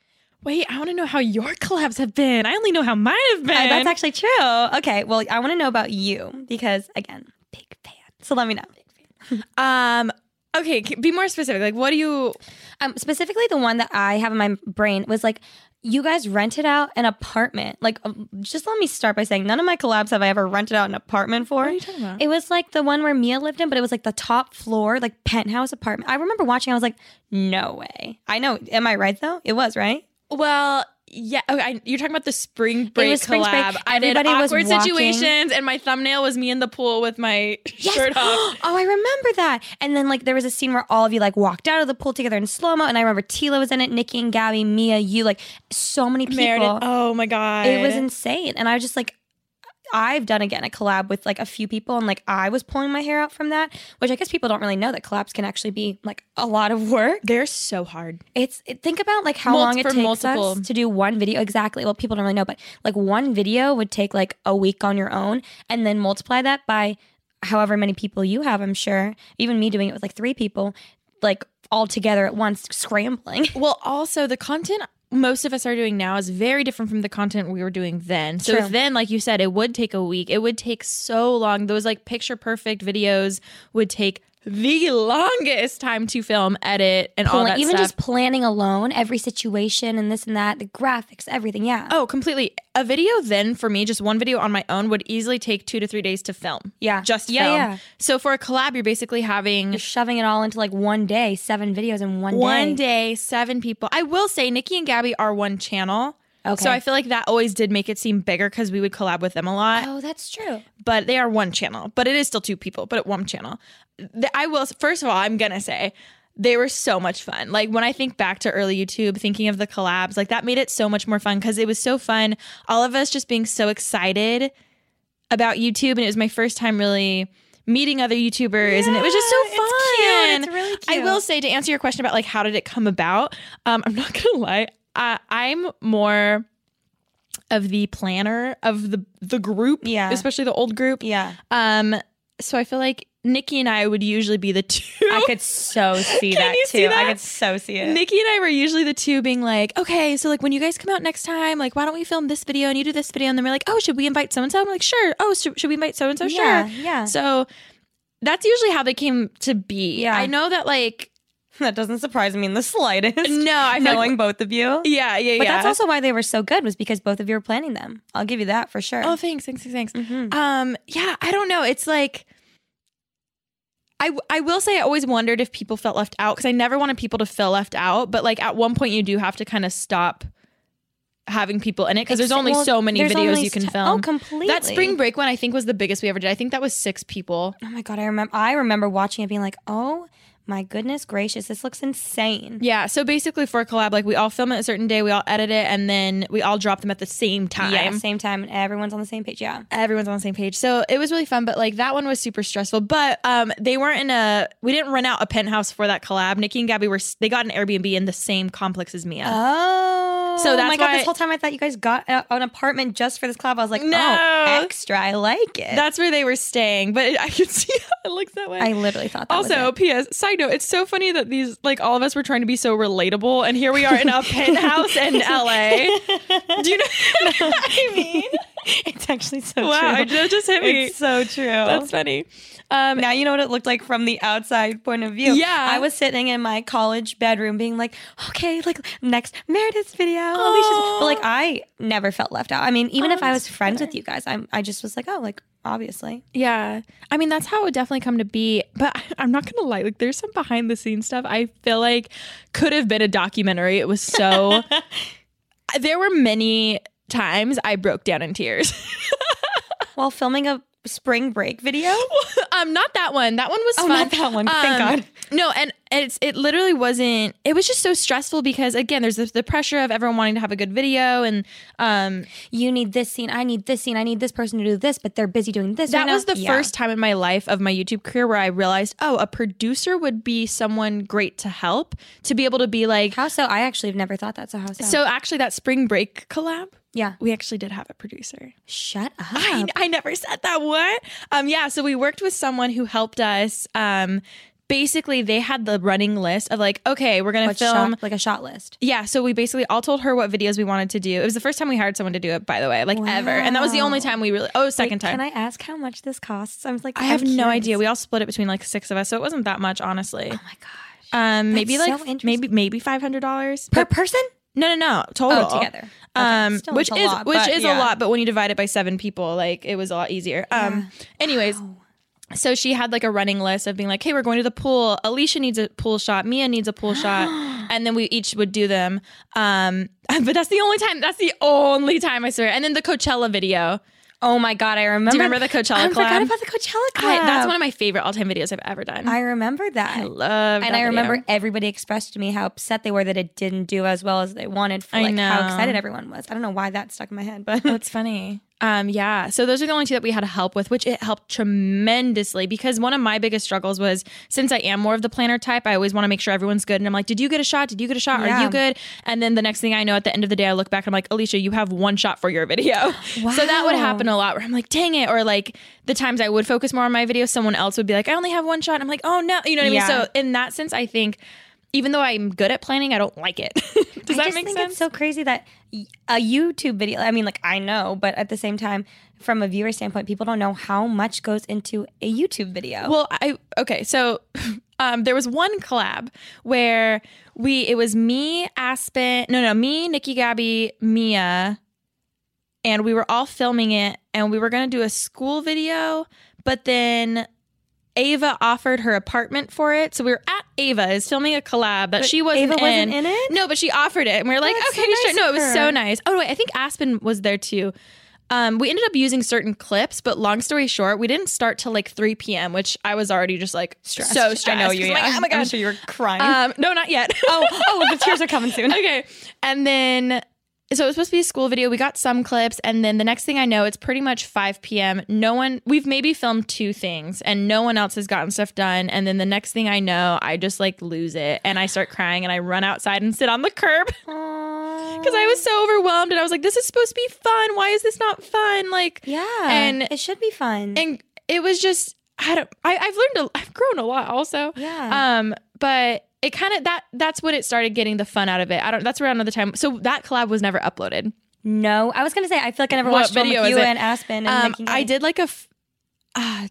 Speaker 5: Wait, I want to know how your collabs have been. I only know how mine have been.
Speaker 8: Uh, that's actually true okay well i want to know about you because again big fan so let me know
Speaker 5: um okay, c- be more specific. Like what do you
Speaker 8: um, specifically the one that I have in my brain was like, you guys rented out an apartment. Like, um, just let me start by saying none of my collabs have I ever rented out an apartment for. What are you talking about? It was like the one where Mia lived in, but it was like the top floor, like penthouse apartment. I remember watching. I was like, no way. I know. Am I right though? It was right.
Speaker 5: Well, yeah, okay, I, you're talking about the spring break
Speaker 8: was spring break.
Speaker 5: collab. I did
Speaker 8: Everybody was
Speaker 5: awkward
Speaker 8: walking.
Speaker 5: situations, and my thumbnail was me in the pool with my
Speaker 8: Yes.
Speaker 5: shirt off.
Speaker 8: oh, I remember that. And then like there was a scene where all of you like walked out of the pool together in slow mo, and I remember Tila was in it, Nikki and Gabby, Mia, you, like so many people.
Speaker 5: Meredith. Oh my god,
Speaker 8: It was insane. And I was just like, I've done again a collab with like a few people, and like I was pulling my hair out from that, which I guess people don't really know that collabs can actually be like a lot of work.
Speaker 5: They're so hard.
Speaker 8: It's it, think about like how
Speaker 5: Multi-
Speaker 8: long it
Speaker 5: for
Speaker 8: takes
Speaker 5: multiple.
Speaker 8: us to do one video exactly. Well, people don't really know, but like one video would take like a week on your own, and then multiply that by however many people you have. I'm sure even me doing it with like three people, like all together at once, scrambling.
Speaker 5: Well, also the content most of us are doing now is very different from the content we were doing then. So
Speaker 8: True.
Speaker 5: then, like you said, it would take a week. It would take so long. Those like picture perfect videos would take the longest time to film, edit, and all
Speaker 8: Pulling-
Speaker 5: that
Speaker 8: even
Speaker 5: stuff.
Speaker 8: just planning alone, every situation and this and that, the graphics, everything. Yeah.
Speaker 5: Oh, completely. A video then for me, just one video on my own would easily take two to three days to film.
Speaker 8: Yeah.
Speaker 5: Just
Speaker 8: Yeah,
Speaker 5: film.
Speaker 8: yeah.
Speaker 5: So for a collab, you're basically having
Speaker 8: You're shoving it all into like one day, seven videos in one day.
Speaker 5: one day, seven people. I will say Nikki and Gabby are one channel.
Speaker 8: Okay.
Speaker 5: So I feel like that always did make it seem bigger because we would collab with them a lot.
Speaker 8: Oh, that's true.
Speaker 5: but they are one channel. But it is still two people, but at one channel. Th- I will first of all, I'm gonna say they were so much fun. Like when I think back to early YouTube, thinking of the collabs, like that made it so much more fun because it was so fun. All of us just being so excited about YouTube, and it was my first time really meeting other YouTubers, and it was just so fun.
Speaker 8: it's cute. It's really
Speaker 5: I
Speaker 8: cute.
Speaker 5: will say to answer your question about like how did it come about, um, I'm not gonna lie, uh, I'm more of the planner of the the group,
Speaker 8: Yeah.
Speaker 5: especially the old group.
Speaker 8: Yeah.
Speaker 5: Um, so I feel like Nikki and I would usually be the two.
Speaker 8: I could so see
Speaker 5: Can
Speaker 8: that
Speaker 5: you
Speaker 8: too.
Speaker 5: see
Speaker 8: I
Speaker 5: that?
Speaker 8: could so see it.
Speaker 5: Nikki and I were usually the two being like, okay, so like when you guys come out next time, like why don't we film this video and you do this video? And then we're like, oh, should we invite so and so? I'm like, sure. Oh, should, should we invite so and so? Sure.
Speaker 8: Yeah, yeah.
Speaker 5: So that's usually how they came to be.
Speaker 8: Yeah.
Speaker 5: I know that like,
Speaker 8: that doesn't surprise me in the slightest.
Speaker 5: no, I feel like,
Speaker 8: knowing both of you.
Speaker 5: yeah, yeah,
Speaker 8: But
Speaker 5: yeah.
Speaker 8: that's also why they were so good was because both of you were planning them. I'll give you that for sure.
Speaker 5: Oh, thanks, thanks, thanks, thanks.
Speaker 8: Mm-hmm.
Speaker 5: Um, yeah, I don't know. It's like I w- I will say I always wondered if people felt left out because I never wanted people to feel left out. But like at one point, you do have to kind of stop having people in it because there's
Speaker 8: Ex-
Speaker 5: only
Speaker 8: well,
Speaker 5: so many
Speaker 8: there's
Speaker 5: videos
Speaker 8: only
Speaker 5: you can
Speaker 8: so- oh,
Speaker 5: film. That
Speaker 8: completely.
Speaker 5: spring break one I think was the biggest we ever did. I think that was six people.
Speaker 8: Oh my god, I remember I remember watching it being like, "Oh my goodness gracious, this looks insane."
Speaker 5: Yeah. So basically, for a collab, like we all film it a certain day, we all edit it, and then we all drop them at the same time.
Speaker 8: Yeah, same time and everyone's on the same page. Yeah.
Speaker 5: everyone's on the same page. So it was really fun, but like that one was super stressful. But um, they weren't in a we didn't rent out a penthouse for that collab. Nikki and Gabby were they got an Airbnb in the same complex as Mia.
Speaker 8: Oh.
Speaker 5: So that's
Speaker 8: my god,
Speaker 5: why-
Speaker 8: this whole time I thought you guys got a, an apartment just for this club. I was like,
Speaker 5: No.
Speaker 8: "Oh, extra. I like it."
Speaker 5: That's where they were staying. But I could see how it looks that way.
Speaker 8: I literally thought that was
Speaker 5: also,
Speaker 8: it.
Speaker 5: P.S. Side note: It's so funny that these, like, all of us were trying to be so relatable, and here we are in a penthouse in L.A. Do you know? I mean,
Speaker 8: it's actually so
Speaker 5: wow, I- that just hit me.
Speaker 8: It's so true.
Speaker 5: That's funny. Um,
Speaker 8: now you know what it looked like from the outside point of view.
Speaker 5: Yeah.
Speaker 8: I was sitting in my college bedroom being like, okay, like next Meredith's video. Alicia's. But like I never felt left out. I mean, even if I was friends with you guys, I'm I just was like, oh, like obviously.
Speaker 5: Yeah. I mean, that's how it would definitely come to be. But I- I'm not going to lie. Like, there's some behind the scenes stuff I feel like could have been a documentary. It was so. there were many times I broke down in tears.
Speaker 8: While filming a spring break video?
Speaker 5: um, not that one. That one was
Speaker 8: Oh,
Speaker 5: fun. Um,
Speaker 8: not that one. Thank God.
Speaker 5: No, and it's it literally wasn't. It was just so stressful because again, there's the, the pressure of everyone wanting to have a good video, and um,
Speaker 8: You need this scene. I need this scene. I need this person to do this, but they're busy doing this.
Speaker 5: that
Speaker 8: right now.
Speaker 5: was the
Speaker 8: Yeah.
Speaker 5: first time in my life of my YouTube career where I realized, oh, a producer would be someone great to help to be able to be like.
Speaker 8: How so? I actually have never thought that. So how so?
Speaker 5: So actually, that spring break collab.
Speaker 8: yeah.
Speaker 5: We actually did have a producer.
Speaker 8: Shut up.
Speaker 5: I, I never said that. What? Um, yeah. So we worked with someone who helped us. Um, basically, they had the running list of like, okay, we're gonna
Speaker 8: What
Speaker 5: film.
Speaker 8: shot- like a shot list.
Speaker 5: Yeah, so we basically all told her what videos we wanted to do. It was the first time we hired someone to do it, by the way, like ever, and that was the only time we really. Oh, second
Speaker 8: Wait,
Speaker 5: time.
Speaker 8: Can I ask how much this costs? I was like,
Speaker 5: I
Speaker 8: I'm
Speaker 5: have no
Speaker 8: curious.
Speaker 5: idea. We all split it between like six of us, so it wasn't that much, honestly. Oh my gosh. Um, maybe
Speaker 8: That's
Speaker 5: like
Speaker 8: so interesting.
Speaker 5: maybe maybe five hundred dollars
Speaker 8: per person.
Speaker 5: No, no, no, total
Speaker 8: Oh, together. Okay.
Speaker 5: Um,
Speaker 8: Still
Speaker 5: which
Speaker 8: is a
Speaker 5: is
Speaker 8: lot,
Speaker 5: which
Speaker 8: but
Speaker 5: is
Speaker 8: yeah.
Speaker 5: a lot, but when you divide it by seven people, like it was a lot easier. Um, anyways. So she had like a running list of being like, "Hey, we're going to the pool. Alicia needs a pool shot. Mia needs a pool shot." And then we each would do them. Um, but that's the only time. That's the only time I swear. And then the Coachella video.
Speaker 8: Oh my god, I remember.
Speaker 5: Do you remember the Coachella
Speaker 8: I
Speaker 5: collab?
Speaker 8: forgot about the Coachella
Speaker 5: I-
Speaker 8: collab.
Speaker 5: that's one of my favorite all-time videos I've ever done.
Speaker 8: I remember that.
Speaker 5: I love
Speaker 8: and
Speaker 5: that
Speaker 8: I remember
Speaker 5: video.
Speaker 8: everybody expressed to me how upset they were that it didn't do as well as they wanted for
Speaker 5: I
Speaker 8: like how
Speaker 5: know.
Speaker 8: excited everyone was. I don't know why that stuck in my head, but
Speaker 5: That's funny. Um, yeah. So those are the only two that we had help with, which it helped tremendously because one of my biggest struggles was since I am more of the planner type, I always want to make sure everyone's good. And I'm like, did you get a shot? Did you get a shot? Are
Speaker 8: Yeah.
Speaker 5: you good? And then the next thing I know at the end of the day, I look back and I'm like, Alicia, you have one shot for your video. So that would happen a lot where I'm like, dang it. Or like the times I would focus more on my video, someone else would be like, I only have one shot. I'm like, oh no. You know what I
Speaker 8: Yeah.
Speaker 5: mean? So in that sense, I think even though I'm good at planning, I don't like it. Does
Speaker 8: I
Speaker 5: that
Speaker 8: just
Speaker 5: make
Speaker 8: think
Speaker 5: sense?
Speaker 8: it's so crazy that y- a YouTube video. I mean, like I know, but at the same time, from a viewer standpoint, people don't know how much goes into a YouTube video.
Speaker 5: Well, I okay, so um, there was one collab where we it was me, Aspen, no, no, me, Nikki, Gabby, Mia, and we were all filming it, and we were gonna do a school video, but then. Ava offered her apartment for it, so we were at Ava's filming a collab that
Speaker 8: But
Speaker 5: she wasn't,
Speaker 8: Ava wasn't
Speaker 5: in.
Speaker 8: in it?
Speaker 5: No, but she offered it, and we were like,
Speaker 8: that's so
Speaker 5: okay,
Speaker 8: nice
Speaker 5: sure. No, it
Speaker 8: of
Speaker 5: was
Speaker 8: her.
Speaker 5: so nice. Oh wait, I think Aspen was there too. Um, we ended up using certain clips, but long story short, we didn't start till like 3 p.m., which I was already just like stressed. so stressed.
Speaker 8: I know you.
Speaker 5: 'Cause I'm
Speaker 8: yeah.
Speaker 5: like, oh my
Speaker 8: I'm
Speaker 5: god.
Speaker 8: sure you were crying.
Speaker 5: Um, no, not yet.
Speaker 8: oh, oh, the tears are coming soon.
Speaker 5: okay. And then, so it was supposed to be a school video. We got some clips, and then the next thing I know, it's pretty much 5 p.m. No one, we've maybe filmed two things, and no one else has gotten stuff done. And then the next thing I know, I just like lose it, and I start crying, and I run outside and sit on the curb because I was so overwhelmed, and I was like, "This is supposed to be fun. Why is this not fun?" Like,
Speaker 8: Yeah,
Speaker 5: and
Speaker 8: it should be fun.
Speaker 5: and it was just I don't I, I've learned a, I've grown a lot also.
Speaker 8: Yeah.
Speaker 5: Um, but it kind of that that's when it started getting the fun out of it. I don't. That's around another time. So that collab was never uploaded.
Speaker 8: no, I was gonna say I feel like I never
Speaker 5: What
Speaker 8: watched one
Speaker 5: video
Speaker 8: with
Speaker 5: is
Speaker 8: you
Speaker 5: it?
Speaker 8: and Aspen. And
Speaker 5: Um,
Speaker 8: Nikki and
Speaker 5: I
Speaker 8: Gabby.
Speaker 5: did like a. F- uh,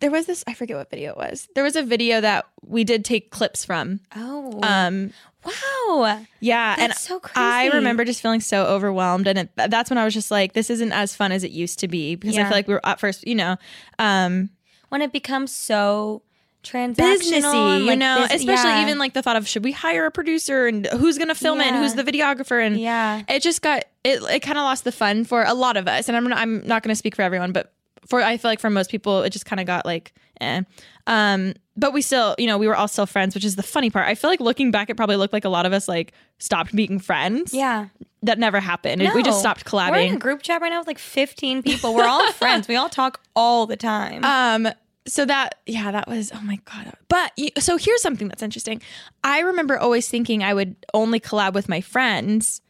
Speaker 5: there was this I forget what video it was. There was a video that we did take clips from.
Speaker 8: Oh
Speaker 5: Um,
Speaker 8: wow,
Speaker 5: yeah, and
Speaker 8: That's so
Speaker 5: I
Speaker 8: crazy.
Speaker 5: remember just feeling so overwhelmed, and it, that's when I was just like, "This isn't as fun as it used to be," because I
Speaker 8: Yeah.
Speaker 5: feel like we were at first, you know, um,
Speaker 8: when it becomes so transactional,
Speaker 5: businessy,
Speaker 8: and,
Speaker 5: you
Speaker 8: like,
Speaker 5: know,
Speaker 8: bus-
Speaker 5: especially
Speaker 8: yeah.
Speaker 5: even like the thought of should we hire a producer and who's going to film it and
Speaker 8: Yeah.
Speaker 5: who's the videographer and
Speaker 8: Yeah.
Speaker 5: it just got it it kind of lost the fun for a lot of us and I'm not, I'm not going to speak for everyone but for I feel like for most people it just kind of got like eh. um but we still you know we were all still friends which is the funny part I feel like looking back it probably looked like a lot of us like stopped being friends
Speaker 8: yeah.
Speaker 5: that never happened we just
Speaker 8: No.
Speaker 5: stopped
Speaker 8: We're in
Speaker 5: collabing
Speaker 8: a group chat right now with like 15 people. We're all friends. We all talk all the time.
Speaker 5: Um, so that yeah, that was oh my god. But you, so here's something that's interesting. I remember always thinking I would only collab with my friends,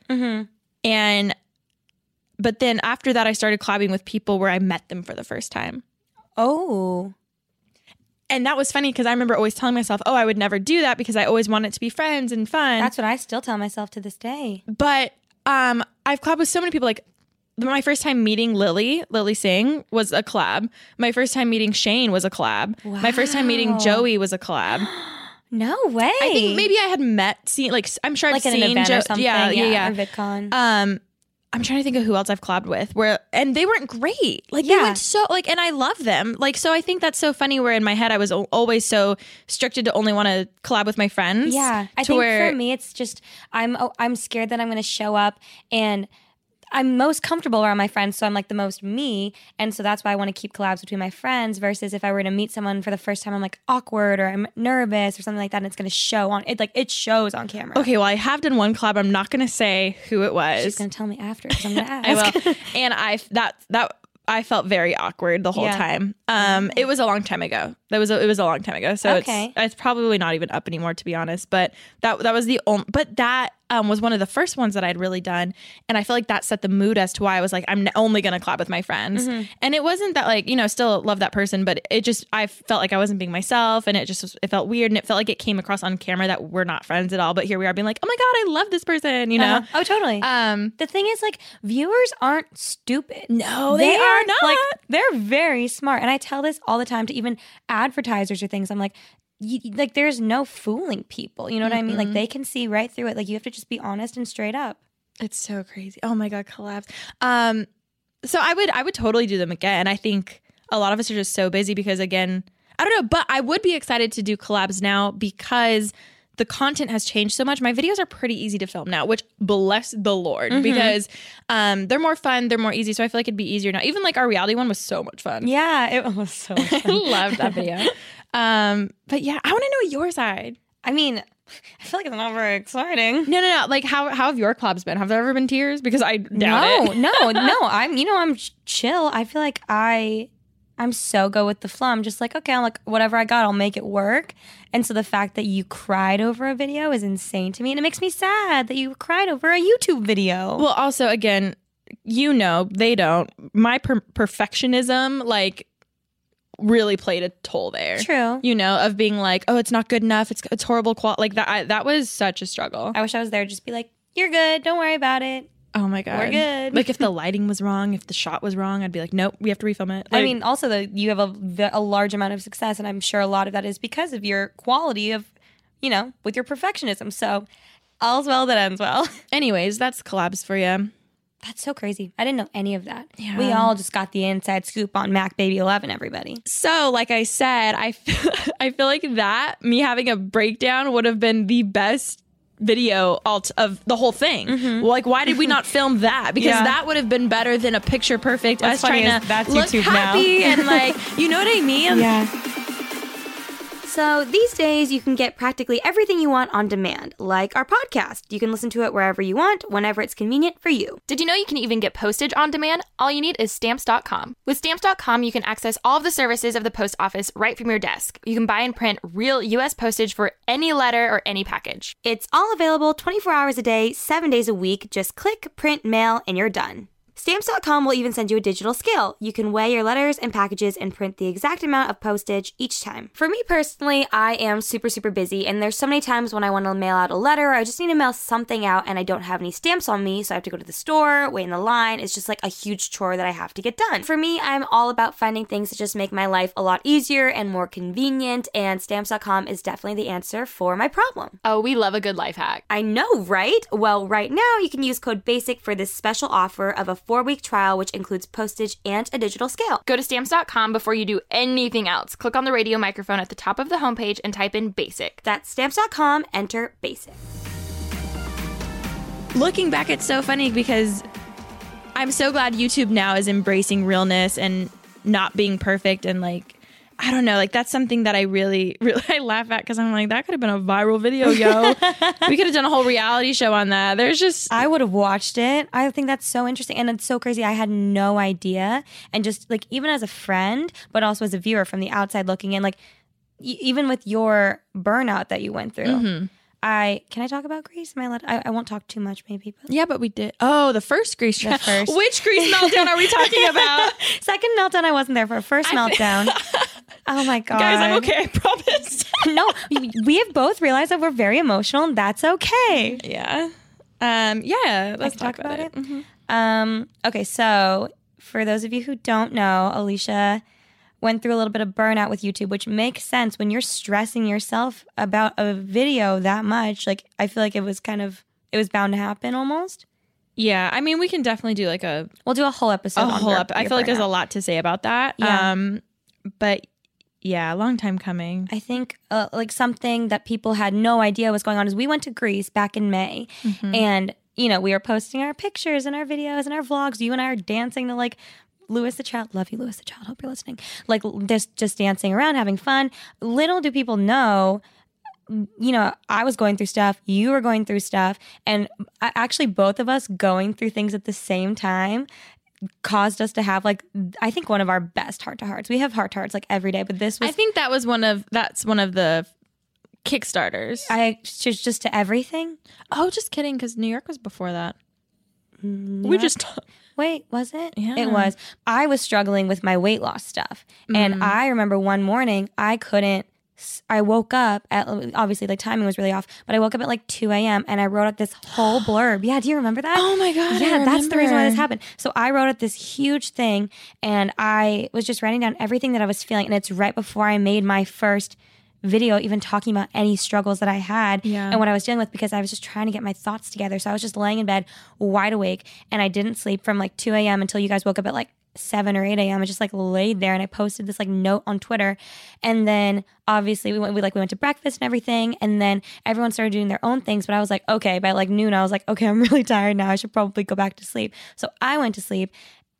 Speaker 5: and but then after that, I started collabing with people where I met them for the first time.
Speaker 8: oh,
Speaker 5: And that was funny because I remember always telling myself, "Oh, I would never do that because I always want it to be friends and fun."
Speaker 8: that's what I still tell myself to this day.
Speaker 5: but um, I've collabed with so many people. Like my first time meeting Lily, Lily Singh was a collab. My first time meeting Shane was a collab. My first time meeting Joey was a collab.
Speaker 8: No way.
Speaker 5: I think maybe I had met, seen, like s- I'm sure
Speaker 8: like
Speaker 5: I've
Speaker 8: at
Speaker 5: seen
Speaker 8: an event
Speaker 5: Jo-
Speaker 8: or something.
Speaker 5: Yeah, yeah, yeah.
Speaker 8: Or VidCon.
Speaker 5: um, I'm trying to think of who else I've collabed with. Where and they weren't great. Like they
Speaker 8: Yeah.
Speaker 5: went so like, and I love them. Like so, I think that's so funny. Where in my head I was al- always so restricted to only want to collab with my friends.
Speaker 8: Yeah, I
Speaker 5: to
Speaker 8: think
Speaker 5: where
Speaker 8: for me, it's just I'm oh, I'm scared that I'm going to show up and I'm most comfortable around my friends, so I'm like the most me. And so that's why I want to keep collabs between my friends versus if I were to meet someone for the first time, I'm like awkward or I'm nervous or something like that. And it's going to show on it, like it shows on camera.
Speaker 5: Okay, well, I have done one collab. I'm not gonna say who it was.
Speaker 8: She's going to tell me after because I'm going to ask.
Speaker 5: I will. and I that that I felt very awkward the whole
Speaker 8: Yeah. Mm-hmm.
Speaker 5: time. Um, it was a long time ago. That was a, it was a long time ago. So
Speaker 8: Okay.
Speaker 5: it's it's probably not even up anymore to be honest. But that that was the only. But that um was one of the first ones that I'd really done, and I feel like that set the mood as to why I was like I'm only gonna collab with my friends.
Speaker 8: Mm-hmm.
Speaker 5: And it wasn't that like you know still love that person, but it just I felt like I wasn't being myself, and it just was, it felt weird, and it felt like it came across on camera that we're not friends at all. But here we are being like, oh my god, I love this person, you know.
Speaker 8: Uh-huh. Oh, totally.
Speaker 5: Um,
Speaker 8: the thing is, like, viewers aren't stupid.
Speaker 5: No, they are
Speaker 8: Like,
Speaker 5: not.
Speaker 8: they're very smart, and I tell this all the time to even advertisers or things. I'm like, y y- like, there's no fooling people. You know what I
Speaker 4: Mm-hmm.
Speaker 8: mean? Like, they can see right through it. Like, you have to just be honest and straight up.
Speaker 5: It's so crazy. Oh my god, collapse. Um so I would I would totally do them again. I think a lot of us are just so busy because again, I don't know, but I would be excited to do collabs now because the content has changed so much. My videos are pretty easy to film now, which bless the Lord because um they're more fun, they're more easy, so I feel like it'd be easier now. Even like our reality one was so much fun.
Speaker 8: Yeah, it was so.
Speaker 5: I loved that video. um but yeah, I want to know your side.
Speaker 8: I mean, I feel like it's not very exciting.
Speaker 5: No, no, no. Like how how have your collabs been? Have there ever been tears? Because I doubt it.
Speaker 8: No, no, no. I'm, you know, I'm ch- chill. I feel like I, I'm so go with the flow. I'm just like, okay, I'm like, whatever I got, I'll make it work. And so the fact that you cried over a video is insane to me, and it makes me sad that you cried over a YouTube video.
Speaker 5: Well, also again, you know they don't. My per- perfectionism like really played a toll there.
Speaker 8: True.
Speaker 5: You know, of being like, oh, it's not good enough. It's it's horrible quality. Like that. I, that was such a struggle.
Speaker 8: I wish I was there. to Just be like, you're good. Don't worry about it.
Speaker 5: oh my god,
Speaker 8: We're good.
Speaker 5: Like if the lighting was wrong, if the shot was wrong, I'd be like, nope, we have to refilm it.
Speaker 8: I
Speaker 5: Like,
Speaker 8: mean, also though, you have a, the- a large amount of success, and I'm sure a lot of that is because of your quality of, you know, with your perfectionism. So, all's well that ends well.
Speaker 5: anyways, that's collabs for you.
Speaker 8: That's so crazy. I didn't know any of that. We all just got the inside scoop on Mac Baby 11, everybody.
Speaker 5: So, like I said, I feel, I feel like that me having a breakdown would have been the best video alt of the whole thing. Well, Like, why did we not film that? Because
Speaker 8: Mm-hmm. Yeah.
Speaker 5: that would have been better than a picture perfect
Speaker 8: What's
Speaker 5: us
Speaker 8: funny
Speaker 5: trying
Speaker 8: is
Speaker 5: to
Speaker 8: that's
Speaker 5: look
Speaker 8: YouTube now.
Speaker 5: happy and like, you know what I mean?
Speaker 4: So these days, you can get practically everything you want on demand, like our podcast. You can listen to it wherever you want, whenever it's convenient for you.
Speaker 7: Did you know you can even get postage on demand? All you need is stamps.com. With stamps.com, you can access all of the services of the post office right from your desk. You can buy and print real US postage for any letter or any package.
Speaker 4: It's all available 24 hours a day, 7 days a week. Just click, print, mail, and you're done. Stamps.com will even send you a digital scale. You can weigh your letters and packages and print the exact amount of postage each time. For me personally, I am super, super busy, and there's so many times when I want to mail out a letter or I just need to mail something out and I don't have any stamps on me, so I have to go to the store, wait in the line. It's just like a huge chore that I have to get done. For me, I'm all about finding things that just make my life a lot easier and more convenient, and stamps.com is definitely the answer for my problem.
Speaker 7: Oh, we love a good life hack.
Speaker 4: I know, right? Well, right now you can use code BASIC for this special offer of a four week trial, which includes postage and a digital scale.
Speaker 7: Go to stamps.com before you do anything else. Click on the radio microphone at the top of the homepage and type in basic.
Speaker 4: That's stamps.com, enter BASIC.
Speaker 5: Looking back, it's so funny because I'm so glad YouTube now is embracing realness and not being perfect and like. I don't know, like that's something that I really, really I laugh at because I'm like, that could have been a viral video, yo. we could have done a whole reality show on that. There's just
Speaker 8: I would have watched it. I think that's so interesting. And it's so crazy. I had no idea. And just like, even as a friend, but also as a viewer from the outside looking in, like, y- even with your burnout that you went through,
Speaker 5: Mm-hmm.
Speaker 8: I can I talk about Greece? Am I, allowed, I I won't talk too much, maybe. But
Speaker 5: yeah, but we did. Oh, the first grease
Speaker 8: The
Speaker 5: trap.
Speaker 8: first.
Speaker 5: Which grease meltdown are we talking about?
Speaker 8: second meltdown, I wasn't there for. First meltdown. oh my god,
Speaker 5: Guys, I'm okay. I promise.
Speaker 8: no, we- we have both realized that we're very emotional, and that's okay.
Speaker 5: yeah. Um. Yeah. Let's talk, about, it. Mm-hmm.
Speaker 8: Um, okay, so for those of you who don't know, Alicia went through a little bit of burnout with YouTube, which makes sense when you're stressing yourself about a video that much. Like, I feel like it was kind of it was bound to happen almost.
Speaker 5: Yeah. I mean, we can definitely do like a
Speaker 8: We'll do a whole episode.
Speaker 5: a
Speaker 8: on
Speaker 5: whole
Speaker 8: bur-
Speaker 5: up. I
Speaker 8: your
Speaker 5: feel like there's a
Speaker 8: burnout.
Speaker 5: lot to say about that.
Speaker 8: Yeah.
Speaker 5: Um, but yeah, long time coming.
Speaker 8: I think uh, like something that people had no idea was going on is we went to Greece back in May, and
Speaker 4: you know, we are posting our pictures and our videos and our vlogs. You and I are dancing to like Lewis the Child. Love you, Lewis the Child. Hope you're listening. Like l- just just dancing around, having fun. Little do people know you know, I was going through stuff, you were going through stuff, and a- actually, both of us going through things at the same time caused us to have like I think one of our best heart to hearts. We have heart to hearts like every day, but this was
Speaker 5: I think that was one of that's one of the Kickstarters.
Speaker 4: I just just to everything.
Speaker 5: oh, just kidding, because New York was before that. We just
Speaker 4: Wait, was it?
Speaker 5: Yeah.
Speaker 4: It was. I was struggling with my weight loss stuff.
Speaker 5: Mm.
Speaker 4: And I remember one morning I couldn't. s- I woke up at obviously like timing was really off, but I woke up at like 2 a.m. and I wrote out this whole blurb. Yeah, do you remember that?
Speaker 5: Oh my God, I
Speaker 4: Yeah, that's the reason why this
Speaker 5: remember.
Speaker 4: happened. So I wrote out this huge thing and I was just writing down everything that I was feeling. And it's right before I made my first video, even talking about any struggles that I had
Speaker 5: Yeah.
Speaker 4: and what I was dealing with because I was just trying to get my thoughts together. So I was just laying in bed wide awake and I didn't sleep from like 2 a.m. until you guys woke up at like 7 or 8 a.m. I just like laid there and I posted this like note on Twitter. And then obviously we went, we like, we went to breakfast and everything. And then everyone started doing their own things. But I was like, okay, by like noon, I was like, okay, I'm really tired now. I should probably go back to sleep. So I went to sleep.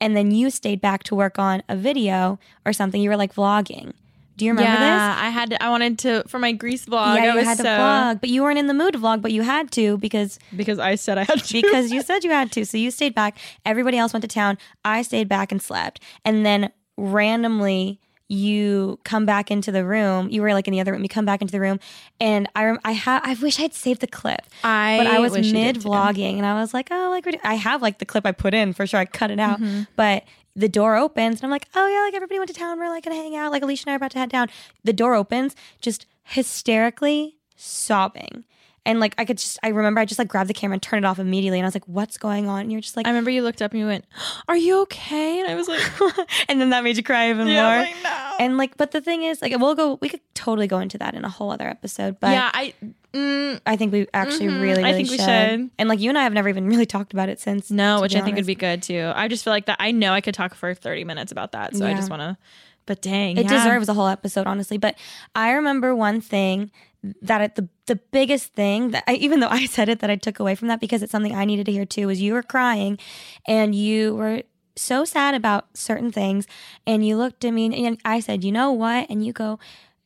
Speaker 4: And then you stayed back to work on a video or something. You were like vlogging. Do you remember this?
Speaker 5: yeah, I had to, I wanted to for my Grease vlog.
Speaker 4: yeah,
Speaker 5: I
Speaker 4: you
Speaker 5: was
Speaker 4: had to
Speaker 5: so-
Speaker 4: vlog, but you weren't in the mood to vlog, but you had to because
Speaker 5: because I said I had to.
Speaker 4: because you said you had to. So you stayed back. Everybody else went to town. I stayed back and slept. And then randomly you come back into the room. You were like in the other room. You come back into the room and I rem- I have I wish I'd saved the clip.
Speaker 5: I
Speaker 4: but I was
Speaker 5: wish you did
Speaker 4: mid
Speaker 5: too.
Speaker 4: vlogging and I was like, "Oh, like we're do- I have like the clip I put in for sure. I cut it out."
Speaker 5: Mm-hmm.
Speaker 4: But the door opens and I'm like, "Oh yeah, like everybody went to town. We're like going to hang out. Like Alicia and I are about to head down." The door opens just hysterically sobbing. And like I could just I remember I just like grabbed the camera and turned it off immediately and I was like, what's going on? And you're just like
Speaker 5: I remember you looked up and you went, "Are you okay?" And I was like,
Speaker 4: and then that made you cry even
Speaker 5: Yeah, oh.
Speaker 4: more.
Speaker 5: I know.
Speaker 4: And like but the thing is like we'll go we could totally go into that in a whole other episode. But
Speaker 5: "Yeah, I." Mm,
Speaker 4: I think we actually
Speaker 5: Mhm.
Speaker 4: really, really
Speaker 5: I think we
Speaker 4: should.
Speaker 5: should.
Speaker 4: And like you and I have never even really talked about it since.
Speaker 5: no,
Speaker 4: to
Speaker 5: which
Speaker 4: be
Speaker 5: I think would
Speaker 4: honest.
Speaker 5: be good too. I just feel like that. I know I could talk for thirty minutes about that, so I
Speaker 4: Yeah.
Speaker 5: just want to. But dang,
Speaker 4: It
Speaker 5: yeah.
Speaker 4: deserves a whole episode, honestly. But I remember one thing that it, the the biggest thing that I, even though I said it that I took away from that because it's something I needed to hear too is you were crying, and you were so sad about certain things, and you looked at me and, and I said, you know what, and you go.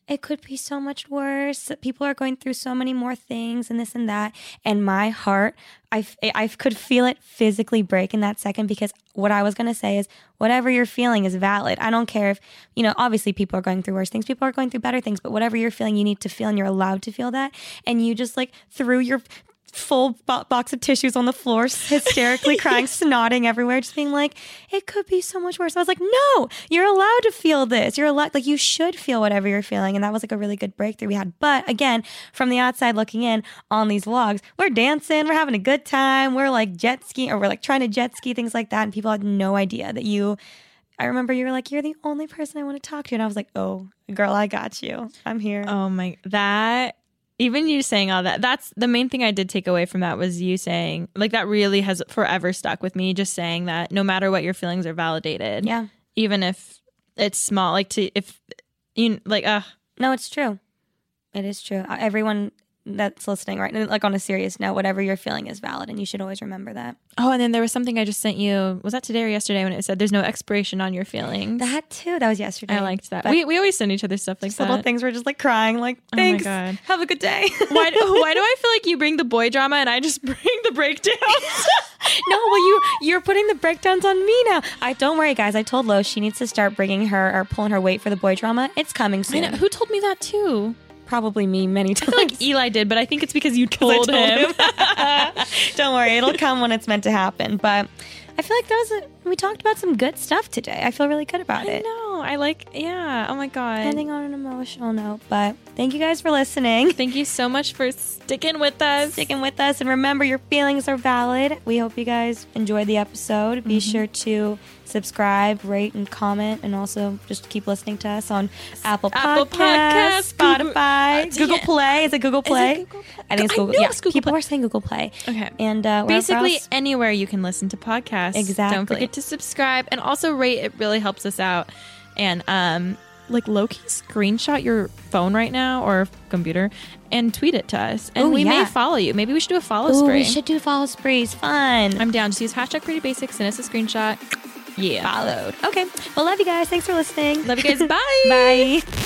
Speaker 4: It could be so much worse. People are going through so many more things and this and that. And my heart, I, f- I could feel it physically break in that second because what I was going to say is whatever you're feeling is valid. I don't care if, you know, obviously people are going through worse things, people are going through better things, but whatever you're feeling, you need to feel and you're allowed to feel that. And you just like threw your full bo- box of tissues on the floor, hysterically crying, snotting everywhere, just being like, it could be so much worse. I was like, no, you're allowed to feel this. You're allowed, like, you should feel whatever you're feeling. And that was like a really good breakthrough we had. But again, from the outside looking in on these vlogs, we're dancing, we're having a good time, we're like jet skiing, or we're like trying to jet ski, things like that. And people had no idea that you. I remember you were like, you're the only person I want to talk to. And I was like, oh, girl, I got you. I'm here.
Speaker 5: Oh my, that even you saying all that. That's the main thing I did take away from that was you saying like that really has forever stuck with me. Just saying that no matter what your feelings are validated.
Speaker 4: Yeah.
Speaker 5: Even if it's small, like to if you like uh
Speaker 4: No, it's true. It is true. Uh, Everyone that's listening, right? and, Like on a serious note, whatever you're feeling is valid, and you should always remember that.
Speaker 5: oh, and then there was something I just sent you. Was that today or yesterday when it said there's no expiration on your feelings?
Speaker 4: That too. That was yesterday.
Speaker 5: I liked that.
Speaker 4: But
Speaker 5: We, we always send each other stuff like
Speaker 4: just little
Speaker 5: that.
Speaker 4: things were just like crying, like
Speaker 5: Oh my
Speaker 4: thanks,
Speaker 5: God.
Speaker 4: have a good day.
Speaker 5: Why, why do I feel like you bring the boy drama and I just bring the breakdown?
Speaker 4: no, well you you're putting the breakdowns on me now. I don't worry, guys. I told Lo she needs to start bringing her or pulling her weight for the boy drama. It's coming
Speaker 5: I
Speaker 4: soon.
Speaker 5: know, who told me that too?
Speaker 4: Probably me many times.
Speaker 5: like Eli did, but I think it's because you told, him.
Speaker 4: Don't worry, it'll come when it's meant to happen. But I feel like that was a, we talked about some good stuff today. I feel really good about
Speaker 5: I
Speaker 4: it.
Speaker 5: know. I like. Yeah. Oh my god.
Speaker 4: Ending on an emotional note, but thank you guys for listening.
Speaker 5: Thank you so much for sticking with us.
Speaker 4: Sticking with us, and remember your feelings are valid. We hope you guys enjoyed the episode. Be
Speaker 5: Mm-hmm.
Speaker 4: sure to subscribe, rate, and comment, and also just keep listening to us on Apple
Speaker 5: Apple
Speaker 4: Podcasts,
Speaker 5: Podcasts,
Speaker 4: Spotify,
Speaker 5: Google- uh,
Speaker 4: Google
Speaker 5: yeah.
Speaker 4: Play. Is it Google Play?
Speaker 5: Google Play?
Speaker 4: I think it's
Speaker 5: I
Speaker 4: Google.
Speaker 5: know
Speaker 4: yeah,
Speaker 5: it's Google
Speaker 4: people
Speaker 5: Play.
Speaker 4: are saying Google Play.
Speaker 5: Okay.
Speaker 4: and uh, wherever
Speaker 5: Basically
Speaker 4: else-
Speaker 5: anywhere you can listen to podcasts.
Speaker 4: Exactly.
Speaker 5: Don't forget to subscribe and also rate. It really helps us out. And um, like low key screenshot your phone right now or computer and tweet it to us, and
Speaker 8: Ooh,
Speaker 5: we
Speaker 8: yeah.
Speaker 5: may follow you. Maybe Oh, we should do a follow
Speaker 8: Ooh,
Speaker 5: spree.
Speaker 8: we should do follow sprees. Fun.
Speaker 5: I'm down. Just use hashtag Pretty Basics. Send us a screenshot. Yeah.
Speaker 8: followed. Okay. Well, love you guys. Thanks for listening.
Speaker 5: Love you guys. Bye.
Speaker 8: Bye.